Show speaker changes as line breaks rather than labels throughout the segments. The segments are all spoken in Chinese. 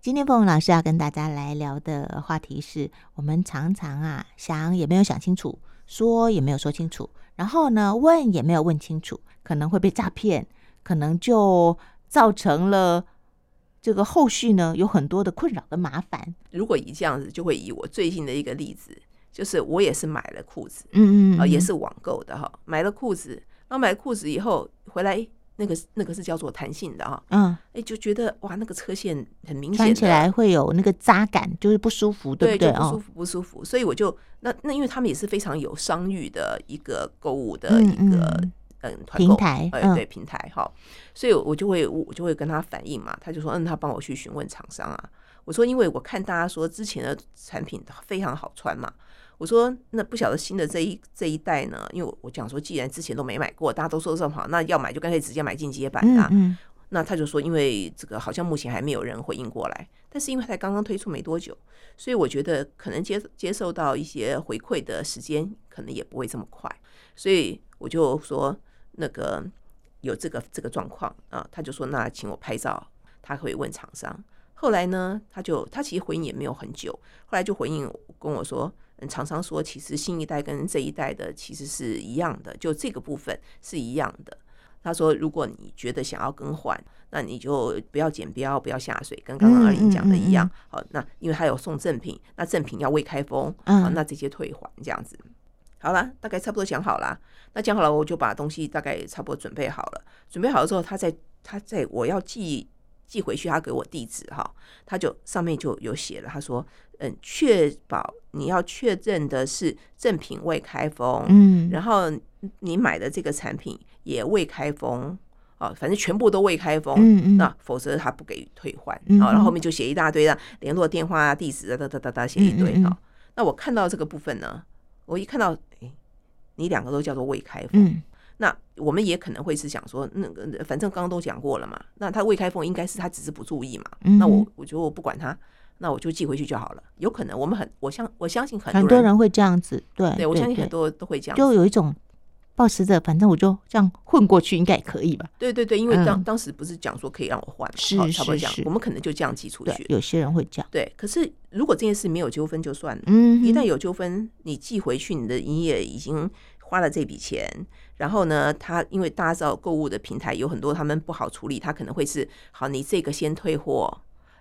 今天凤文老师要跟大家来聊的话题是，我们常常啊想也没有想清楚，说也没有说清楚，然后呢问也没有问清楚，可能会被诈骗，可能就造成了这个后续呢有很多的困扰跟麻烦。
如果以这样子，就会以我最近的一个例子，就是我也是买了裤子，
嗯
呃，也是网购的哈，买了裤子，然后买了裤子以后回来，诶那个是那个是叫做弹性的哈，
嗯，
哎，就觉得哇，那个车线很明显
穿
的，
起来会有那个扎感，就是不舒服，
对
不对？
就不舒
哦，
服不舒服，所以我就那那因为他们也是非常有商誉的一个购物的
嗯
一个
嗯
嗯团
平
购
台，
哎、
嗯
对平台哈，所以我就会我就会跟他反映嘛，他就说，嗯，他帮我去询问厂商啊。我说，因为我看大家说之前的产品非常好穿嘛，我说那不晓得新的这一这一代呢，因为我我讲说，既然之前都没买过，大家都说这么好，那要买就干脆直接买进阶版
嗯
的、啊。
嗯
那他就说，因为这个好像目前还没有人回应过来，但是因为才刚刚推出没多久，所以我觉得可能接接受到一些回馈的时间，可能也不会这么快，所以我就说那个有这个这个状况啊，他就说那请我拍照，他会问厂商。后来呢，他就他其实回应也没有很久，后来就回应跟我说，嗯，厂商说其实新一代跟这一代的其实是一样的，就这个部分是一样的。他说，如果你觉得想要更换，那你就不要剪标，不要下水，跟刚刚二林讲的一样。好、那因为他有送赠品，那赠品要未开封，
嗯
好那这些退还这样子。好了，大概差不多讲好了。那讲好了，我就把东西大概差不多准备好了。准备好了之后，他在他在我要寄寄回去，他给我地址哈，他就上面就有写了，他说，嗯，确保你要确认的是正品未开封，
嗯
然后你买的这个产品也未开封，哦，反正全部都未开封，
嗯嗯
那否则他不给予退换，
嗯
哦，然
嗯
后后面就写一大堆的联络电话啊、地址啊，哒哒哒哒，写一堆
嗯嗯嗯
哦。那我看到这个部分呢，我一看到，哎，你两个都叫做未开封，
嗯
那我们也可能会是想说，那个反正刚刚都讲过了嘛，那他未开封应该是他只是不注意嘛，
嗯
那我我就不管他，那我就寄回去就好了。有可能我们很我相我相信很
很多人会这样子，对，
对我相信
对
很多都会这样子，
就有一种抱持着，反正我就这样混过去，应该也可以吧？
对对对，因为
嗯
当、当时不是讲说可以让我换嘛，
是
好差不多
是
这样
是，
我们可能就这样寄出
对
去，。
有些人会这样，
对，可是如果这件事没有纠纷就算了，
嗯，
一旦有纠纷，你寄回去，你的营业已经花了这笔钱，然后呢，他因为大家知道购物的平台有很多他们不好处理，他可能会是好，你这个先退货，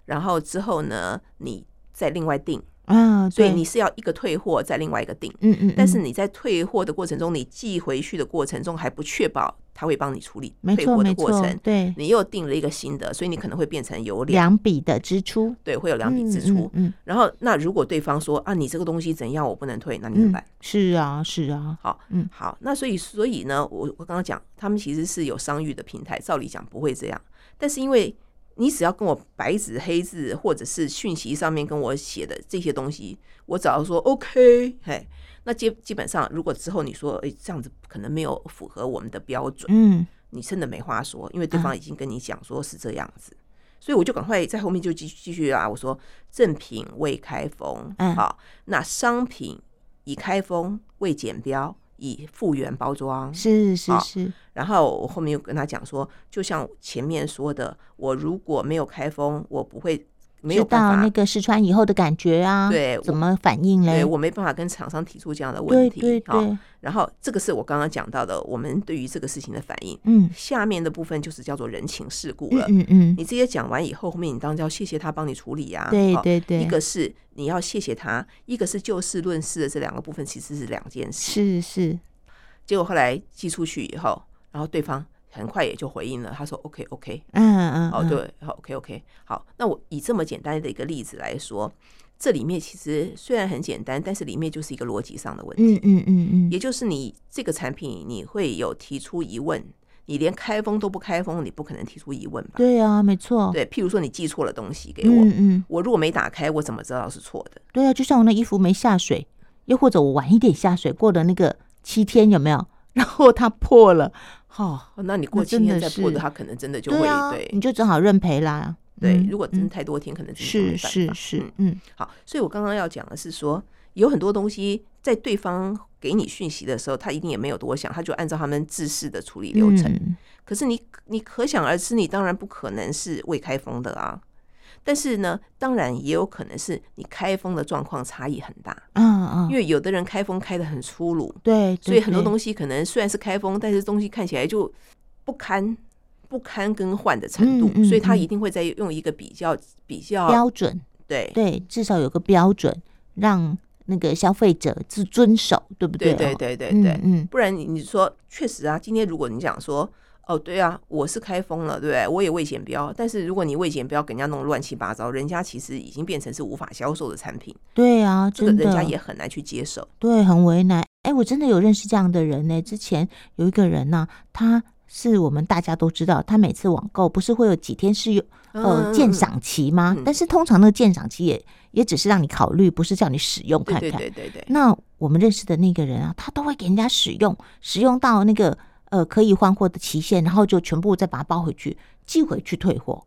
然后之后呢，你再另外订，
啊，
所以
对
你是要一个退货再另外一个订。
嗯嗯，
但是
嗯
你在退货的过程中，你寄回去的过程中还不确保他会帮你处理
没
退
错
货的
没
过
错
程，，
对，
你又订了一个新的，所以你可能会变成有两
两笔的支出，
对，会有两笔支
嗯
出。
嗯，
然后，那如果对方说啊，你这个东西怎样，我不能退，那你怎么
嗯
办
嗯？，是啊是啊，
好，
嗯，
好，那所以，所以呢，我我刚刚讲，他们其实是有商誉的平台，照理讲不会这样，但是因为你只要跟我白纸黑字，或者是讯息上面跟我写的这些东西，我只要说 OK，嘿，那基基本上，如果之后你说，哎，这样子可能没有符合我们的标准，
嗯
你真的没话说，因为对方已经跟你讲说是这样子，所以我就赶快在后面就继继续啊，我说正品未开封，
嗯
好，那商品已开封未检标，已复原包装。
是是
好
是，
然后我后面又跟他讲说，就像前面说的，我如果没有开封，我不会没
知
有
道
办
那
法，
个试穿以后的感觉啊，
对
怎
我
么反应嘞
对？我没办法跟厂商提出这样的问
对
题。
对
好
对，
然后这个是我刚刚讲到的，我们对于这个事情的反应。
嗯
下面的部分就是叫做人情世故
嗯
了。
嗯嗯，
你这些讲完以后，后面你当然就要谢谢他帮你处理呀、
对
哦
对对
一个是你要谢谢他，一个是就事论事的这两个部分其实是两件事。
是是，
结果后来寄出去以后，然后对方很快也就回应了，他说 OK OK，
嗯嗯，
哦
嗯，
对，好 OK OK，好，那我以这么简单的一个例子来说，这里面其实虽然很简单，但是里面就是一个逻辑上的问题。
嗯嗯嗯嗯，
也就是你这个产品，你会有提出疑问，你连开封都不开封，你不可能提出疑问吧？
对啊，没错，
对，譬如说你寄错了东西给我，
嗯嗯，
我如果没打开，我怎么知道是错的？
对啊，就像我那衣服没下水，又或者我晚一点下水，过了那个七天有没有？ 然后它破了，哦，
哦，那你过
那
七
真
天
的
再播的，
是
它可能真的就会
对啊，你
对
就只好认赔啦。
对
嗯
如果真
嗯
太多天，可能真的就没
是
办
是
法
是
嗯，
嗯
好，所以我刚刚要讲的是说，有很多东西在对方给你讯息的时候，他一定也没有多想，他就按照他们制式的处理流程。
嗯
可是你你可想而知，你当然不可能是未开封的啊。但是呢，当然也有可能是你开封的状况差异很大，
嗯嗯，
因为有的人开封开的很粗鲁，
对，
所以很多
西
东西可能虽然是开封，但是东西看起来就不堪、不堪更换的程度，
嗯嗯
所以他
嗯
一定会在用一个比较、比较
标准，
对
对，至少有个标准，让那个消费者自遵守，对不
对
哦
对对对
嗯
对，
嗯
不然你你说确实啊，今天如果你讲说。哦，对啊，我是开封了，对不对？我也未检标，但是如果你未检标给人家弄乱七八糟，人家其实已经变成是无法销售的产品，
对啊，
这个
真的，
人家也很难去接受。
对，很为难。哎，我真的有认识这样的人呢、之前有一个人呢、他是我们大家都知道，他每次网购不是会有几天是有呃
嗯
鉴，赏期吗？
嗯
但是通常那个鉴赏期也也只是让你考虑，不是叫你使用
嗯
看
对
看。
对对对对，
那我们认识的那个人啊，他都会给人家使用，使用到那个呃可以换货的期限，然后就全部再把它包回去，寄回去退货。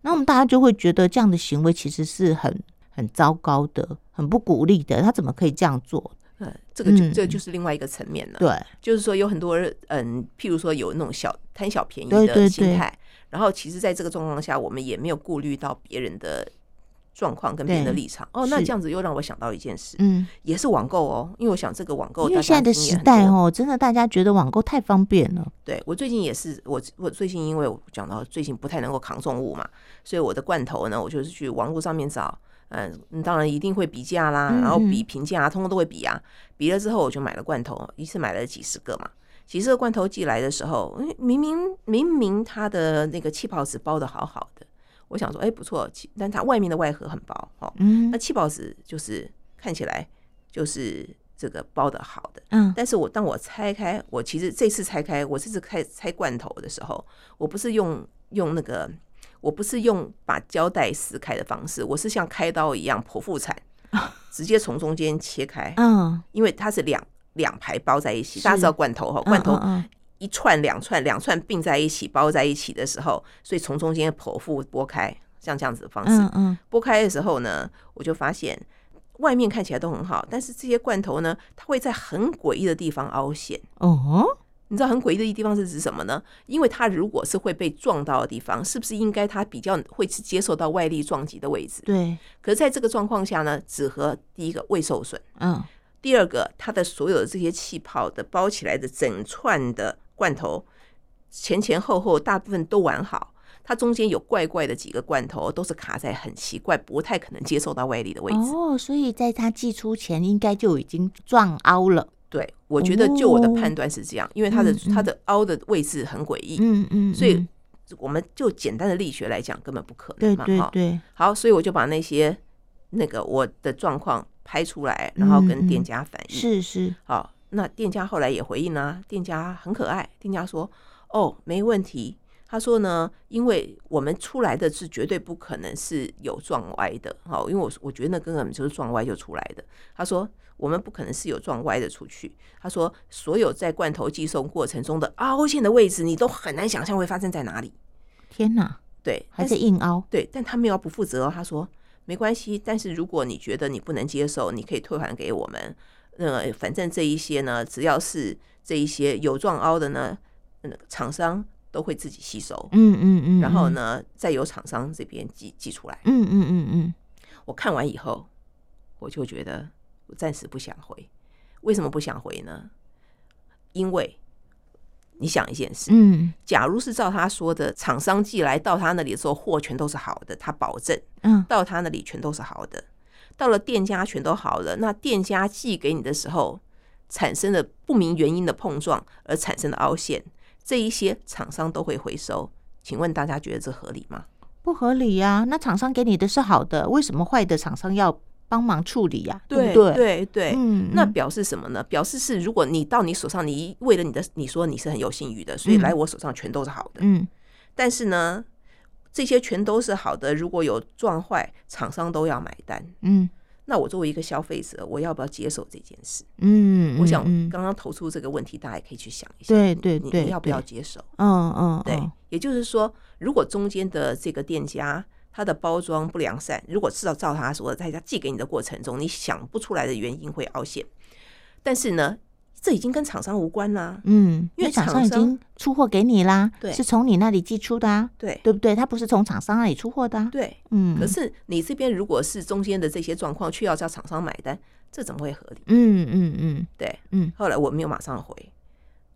那我们大家就会觉得这样的行为其实是很很糟糕的，很不鼓励的。他怎么可以这样做？
嗯，这个就、
嗯
这个就是另外一个层面了。
对，
就是说有很多人，嗯，譬如说有那种小贪小便宜
对对
的心
对
态，然后其实在这个状况下，我们也没有顾虑到别人的状况跟别人的
对
立场。哦，那
是
这样子又让我想到一件事，
嗯，
也是网购哦，因为我想这个网购
因
大
为现在
家
的
经
时
验很
代
多，
哦，真的大家觉得网购太方便了。
对我最近也是，我我最近因为我讲到最近不太能够扛重物嘛，所以我的罐头呢，我就是去网络上面找。嗯，当然一定会比价啦，
嗯
然后
嗯
比评价啊，通通都会比啊。比了之后，我就买了罐头，一次买了几十个嘛。几十个罐头寄来的时候，嗯明明明明它的那个气泡纸包的好好的，我想说，哎、不错，气但它外面的外盒很薄哦。
嗯
那气泡纸就是看起来就是这个包的好的，
嗯
但是我当我拆开，我其实这次拆开，我这次开拆罐头的时候，我不是用用那个，我不是用把胶带撕开的方式，我是像开刀一样剖腹产，
啊
直接从中间切开，
嗯，
因为它是两两排包在一起，
是
大家知道罐头哈，罐头
嗯嗯
一串两串两串并在一起包在一起的时候，所以从中间剖腹剥开，像这样子的方式
嗯，嗯
剥开的时候呢，我就发现外面看起来都很好，但是这些罐头呢，它会在很诡异的地方凹陷。
哦，
你知道很诡异的地方是指什么呢？因为它如果是会被撞到的地方，是不是应该它比较会是接受到外力撞击的位置？
对，
可是在这个状况下呢，纸盒第一个未受损，
嗯
第二个它的所有的这些气泡的包起来的整串的罐头，前前后后大部分都完好。它中间有怪怪的几个罐头，都是卡在很奇怪、不太可能接受到外力的位置。
哦，所以在他寄出前应该就已经撞凹了。
对，我觉得就我的
哦
判断是这样，因为它的
嗯嗯
它的凹的位置很诡异，
嗯嗯，
所以
嗯
我们就简单的力学来讲根本不可能
对
嘛，
对
哈。
对，
好，嗯所以我就把那些那个我的状况拍出来，然后
嗯
跟
嗯
店家反映。
是是，
好，那店家后来也回应啦、啊，店家很可爱，店家说哦没问题。他说呢，因为我们出来的是绝对不可能是有撞歪的，好，因为我我觉得那根本就是撞歪就出来的。他说我们不可能是有撞歪的出去。他说所有在罐头寄送过程中的凹陷的位置，你都很难想象会发生在哪里。
天哪，
对，
还
但
是
是
硬凹。
对，但他没有不负责哦。他说没关系，但是如果你觉得你不能接受，你可以退还给我们。呃，反正这一些呢，只要是这一些有撞凹的呢，那个厂商都会自己吸收，
嗯嗯嗯，
然后
嗯？
呢，再由厂商这边寄寄出来。
嗯嗯嗯嗯，
我看完以后，我就觉得我暂时不想回。为什么不想回呢？因为你想一件事，
嗯
假如是照他说的，厂商寄来到他那里的时候，货全都是好的，他保证。
嗯
到他那里全都是好的，到了店家全都好了。那店家寄给你的时候产生的不明原因的碰撞而产生的凹陷，这一些厂商都会回收。请问大家觉得这合理吗？
不合理呀、那厂商给你的是好的，为什么坏的厂商要帮忙处理呀、不
对
对？
对对
嗯，
那
嗯
表示什么呢？表示是如果你到你手上，你为了你的，你说你是很有信誉的，所以
嗯
来我手上全都是好的。
嗯
但是呢，这些全都是好的，如果有撞坏，厂商都要买单。
嗯
那我作为一个消费者，我要不要接受这件事？
嗯，
我想
嗯
刚刚投出这个问题，大家也可以去想一下，
对
你
对
你
对
你要不要
对
接受？
嗯嗯，
对
嗯，
也就是说，如果中间的这个店家他的包装不良善，如果至少照他说的，在他寄给你的过程中，你想不出来的原因会凹陷，但是呢，这已经跟厂商无关啦。
嗯，
因为
厂
厂
商已
商
经出货给你啦，
对
是从你那里寄出的啊，
对
对不对？他不是从厂商那里出货的、啊，
对，
嗯，
可是你这边如果是中间的这些状况，却要叫厂商买单，这怎么会合理？
嗯嗯嗯，
对，
嗯。
后来我没有马上回，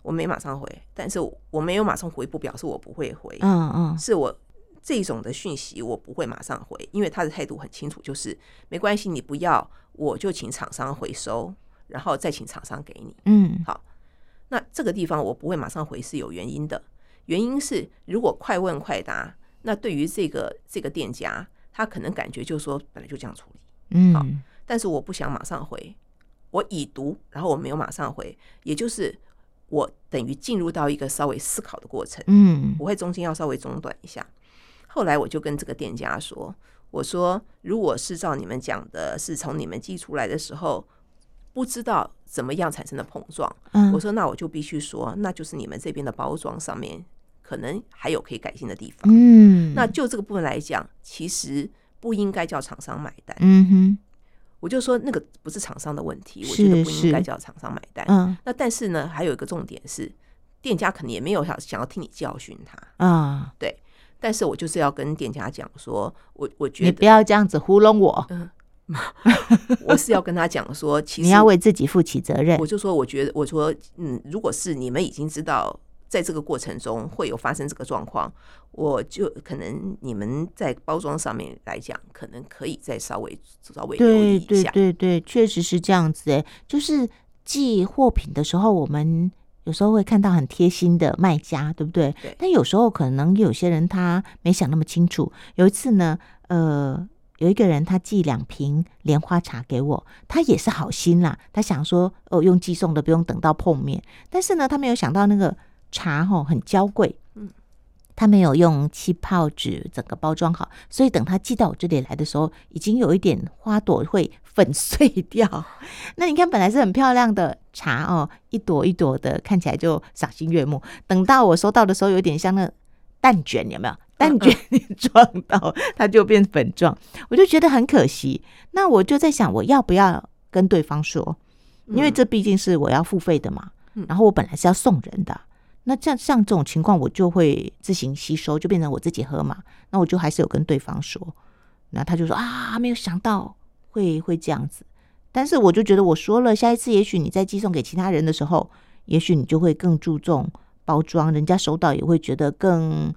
我没马上回，但是我我没有马上回，不表示我不会回，
嗯嗯
是我这种的讯息我不会马上回，因为他的态度很清楚，就是没关系，你不要，我就请厂商回收，然后再请厂商给你。
嗯
那这个地方我不会马上回是有原因的，原因是如果快问快答，那对于这个这个店家，他可能感觉就说本来就这样处理。好
嗯，
但是我不想马上回，我已读，然后我没有马上回，也就是我等于进入到一个稍微思考的过程，
嗯
我会中间要稍微中断一下。后来我就跟这个店家说，我说如果是照你们讲的，是从你们寄出来的时候，不知道怎么样产生的碰撞，
嗯，
我说那我就必须说，那就是你们这边的包装上面可能还有可以改进的地方。
嗯，
那就这个部分来讲，其实不应该叫厂商买单。
嗯
我就说那个不是厂商的问题，我
是
觉得不应该
是
叫厂商买单
哼，。嗯
那但是呢，还有一个重点是，店家可能也没有想想要听你教训他，
啊，
但是我就是要跟店家讲说，我我觉
你不
得
要这样子糊弄我，
我是要跟他讲 说，其
你
实
要为自己负起责任
我。就说，我觉得我说，嗯，如果是你们已经知道。在这个过程中会有发生这个状况，我就可能你们在包装上面来讲，可能可以再稍微稍微留意
对
一
对
下。
对对，确实是这样子诶，就是寄货品的时候，我们有时候会看到很贴心的卖家，对不对？
对
但有时候可能有些人他没想那么清楚。有一次呢，呃，有一个人他寄两瓶莲花茶给我，他也是好心啦，他想说哦用寄送的不用等到碰面，但是呢，他没有想到那个茶吼很娇贵，
嗯。
他没有用气泡纸整个包装好，所以等他寄到我这里来的时候，已经有一点花朵会粉碎掉。 那你看，本来是很漂亮的茶哦，一朵一朵的，看起来就赏心悦目。等到我收到的时候，有点像那蛋卷，有没有？蛋卷 你撞到它就变粉状，我就觉得很可惜。那我就在想，我要不要跟对方说？因为
嗯
这毕竟是我要付费的嘛，
嗯
然后我本来是要送人的啊，那这样像这种情况，我就会自行吸收，就变成我自己喝嘛。那我就还是有跟对方说，那他就说啊，没有想到会会这样子，但是我就觉得我说了，下一次也许你在寄送给其他人的时候，也许你就会更注重包装，人家收到也会觉得更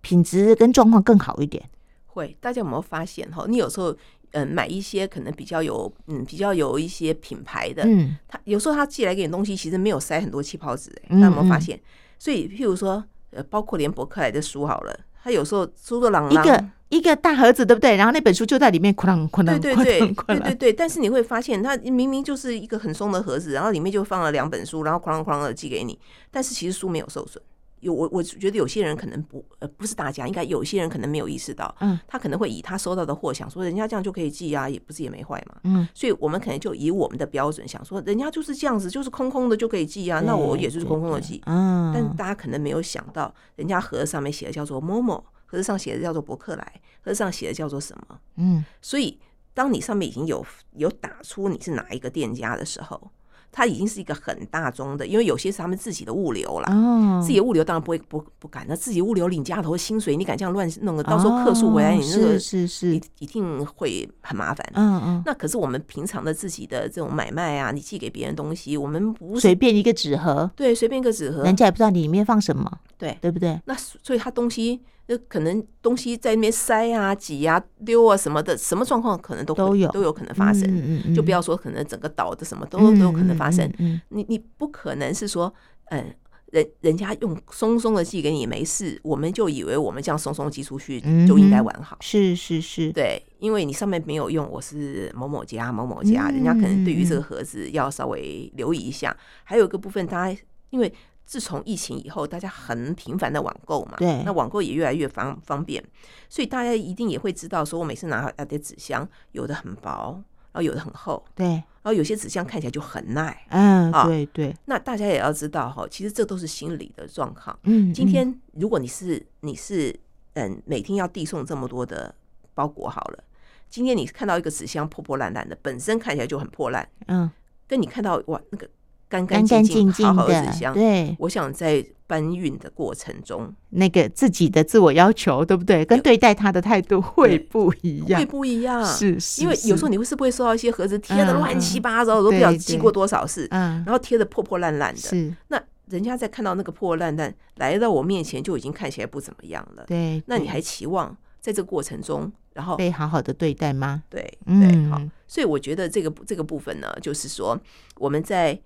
品质跟状况更好一点。
会，大家有没有发现哈？你有时候嗯买一些可能比较有嗯比较有一些品牌的，
嗯
他有时候他寄来给你东西，其实没有塞很多气泡纸、欸，
嗯
大家有没有发
嗯
现？所以譬如说呃，包括连伯克莱的书好了，他有时候书都朗
一
朗，
个一个大盒子，对不对？然后那本书就在里面，哐啷哐
对
啷
对
哐
对
啷哐
对对
啷，
对，但是你会发现，它明明就是一个很松的盒子，然后里面就放了两本书，然后哐啷哐啷的寄给你，但是其实书没有受损。有我，我觉得有些人可能不，呃，不是大家，应该有些人可能没有意识到，
嗯，
他可能会以他收到的货想说，人家这样就可以寄啊，也不是也没坏嘛，
嗯，
所以我们可能就以我们的标准想说，人家就是这样子，就是空空的就可以寄啊，
对
那我也就是空空的
对
寄，
嗯，
但大家可能没有想到，人家盒子上面写的叫做某某，盒子上写的叫做伯克莱，盒子上写的叫做什么，
嗯。
所以，当你上面已经有有打出你是哪一个店家的时候，它已经是一个很大宗的，因为有些是他们自己的物流啦。
哦，
自己的物流当然不会不不敢，那自己物流领家头的薪水，你敢这样乱弄的，到时候客诉回来，
哦
你那
是
个
是是
一，一定会很麻烦。
嗯嗯，
那可是我们平常的自己的这种买卖啊，你寄给别人东西，我们不是
随便一个纸盒，
对随便一个纸盒
人，家也不知道里面放什么，
对，
对不对？
那所所以他东西那可能东西在那边塞啊、挤啊、丢啊什么的，什么状况可能都会
都有
都有可能发生。
嗯嗯嗯，
就不
要
要说可能整个岛的什么都都有可能发生。
嗯，
你你不可能是说，嗯，人人家用松松的寄给你没事，我们就以为我们这样松松寄出去
嗯
就应该完好。
是是是，
对，因为你上面没有用，我是某某家某某家，人家可能对于这个盒子要稍微留意一下。还有一个部分，大家因为自从疫情以后，大家很频繁的网购嘛，
对
那网购也越来越方方便，所以大家一定也会知道，说我每次拿来的纸箱，有的很薄，然后有的很厚，
对，
然后有些纸箱看起来就很耐。
嗯，
啊
对对，
那大家也要知道哈，其实这都是心理的状况。
嗯，
今
嗯
天如果你是你是嗯每天要递送这么多的包裹好了，今天你看到一个纸箱破破烂烂的，本身看起来就很破烂，
嗯
跟你看到哇那个干
干
净
干净净
好好的
的
纸，箱。
对
我想在搬运的过程中
那个自己的自我要求，对不对？跟对待他的态度会
对
不一样
会，不一样，
是是，
因为有时候
你
你会是不会收到一些盒子贴的
嗯
乱
嗯
七八糟，我都不
对
知道寄
对
过多少次，
嗯
然后贴的破破烂烂的。
是
那人家在看到那个破破烂烂来到我面前，就已经看起来不怎么样了。
对，
那你
对
还期望在这个过程中，然后
被好好的对待吗？
对对
嗯，
好，所以我觉得这个这个部分呢，就是说我们在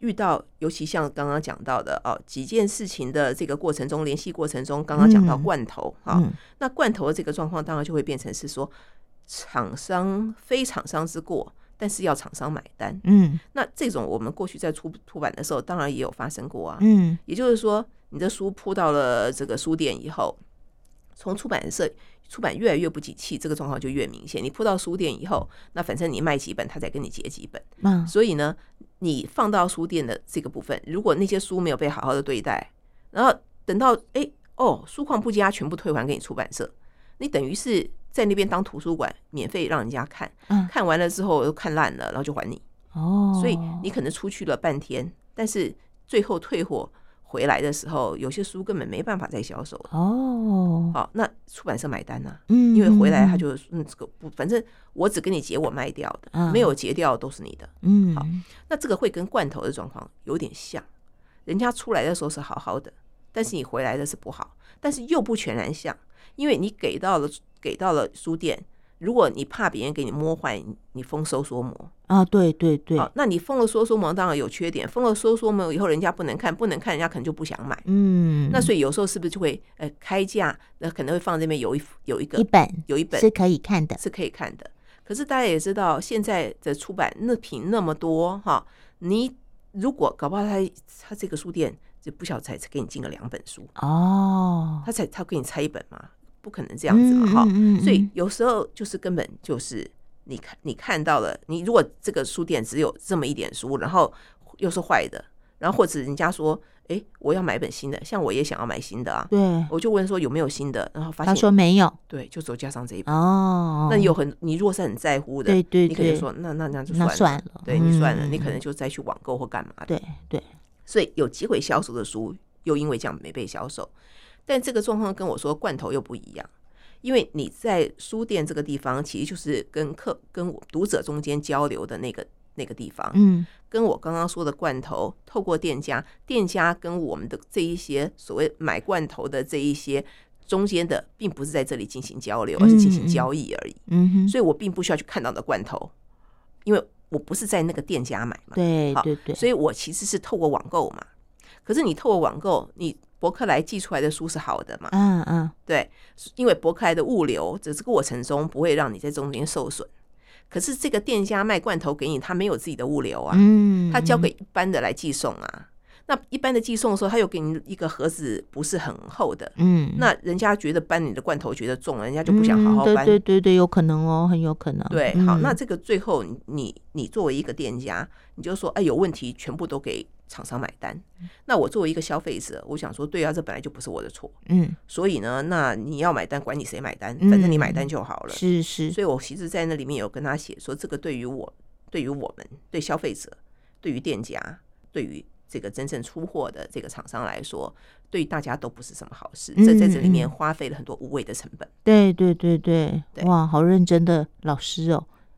遇到，尤其像刚刚讲到的哦，几件事情的这个过程中，联系过程中，刚刚讲到
嗯
罐头啊、
嗯，
那罐头的这个状况，当然就会变成是说厂商非厂商之过，但是要厂商买单。
嗯
那这种我们过去在出出版的时候，当然也有发生过啊。
嗯，
也就是说，你的书铺到了这个书店以后，从出版社出版越来越不景气，这个状况就越明显。你铺到书店以后，那反正你卖几本，他才跟你结几本。
嗯
所以呢，你放到书店的这个部分，如果那些书没有被好好的对待，然后等到哎、哦书况不佳，全部退还给你出版社，你等于是在那边当图书馆，免费让人家看，
嗯，
看完了之后又看烂了，然后就还你。
哦，
所以你可能出去了半天，但是最后退货回来的时候，有些书根本没办法再销售了。
哦，
好，那出版社买单呐、啊
嗯，
因为回来他
嗯
就嗯这个不，反正我只跟你结我卖掉
嗯
的，没有结掉的都是你的。
嗯，
好那这个会跟罐头的状况有点像，人家出来的时候是好好的，但是你回来的是不好，但是又不全然像，因为你给到了给到了书店，如果你怕别人给你摸坏，你你封收缩膜，
啊，对对对，
好，那你封了收缩膜当然有缺点，封了收缩膜以后人家不能看，不能看人家可能就不想买。
嗯，
那所以有时候是不是就会呃开价，那可能会放这边有一有一个
一本
有一本
是可以看的，
是可以看的。可是大家也知道，现在的出版那品那么多哈，你如果搞不好他他这个书店就不晓得才给你进个两本书，
哦，
他才他给你拆一本嘛，不可能这样子嘛哈。
嗯嗯嗯
所以
嗯
有时候就是根本就是你看你看到了，你如果这个书店只有这么一点书，然后又是坏的，然后或者人家说，诶，我要买本新的，像我也想要买新的啊，
对，
我就问说有没有新的，然后发
他
现
说没有
对，就只有加上这一本。
哦，
那你有很你如果是很在乎的，
对对
你可能
对，
说那那那就
那
算了，
算了，
对你算了，你
嗯
可能就再去网购或干嘛的。
对对，
所以有机会销售的书，又因为这样没被销售。但这个状况跟我说罐头又不一样，因为你在书店这个地方，其实就是跟客跟我读者中间交流的那个那个地方，
嗯
跟我刚刚说的罐头，透过店家，店家跟我们的这一些所谓买罐头的这一些中间的，并不是在这里进行交流，而是进
嗯嗯
行交易而已。
嗯哼，
所以我并不需要去看到的罐头，因为我不是在那个店家买嘛。
对
好
对对，
所以我其实是透过网购嘛。可是你透过网购，你博客来寄出来的书是好的嘛？
嗯嗯，
对，因为博客来的物流在这个过程中不会让你在中间受损。可是这个店家卖罐头给你，他没有自己的物流啊，
嗯，
他交给一般的来寄送啊。那一般的寄送的时候，他又给你一个盒子不是很厚的，
嗯，
那人家觉得搬你的罐头觉得重，人家就不想好好
嗯
搬。
对对对对，有可能哦，很有可能。
对，好，
嗯
那这个最后你你你作为一个店家，你就说，哎，有问题全部都给厂商买单。
嗯
那我作为一个消费者，我想说，对啊，这本来就不是我的错，
嗯
所以呢，那你要买单，管你谁买单，
嗯
反正你买单就好了。
是是
所以我其实，在那里面有跟他写说，这个对于我，对于我们，对消费者，对于店家，对于这个真正出货的这个厂商来说，对大家都不是什么好事。这在这里
嗯嗯
面花费了很多无谓的成本。
对对对对，
对
哇，好认真的老师哦，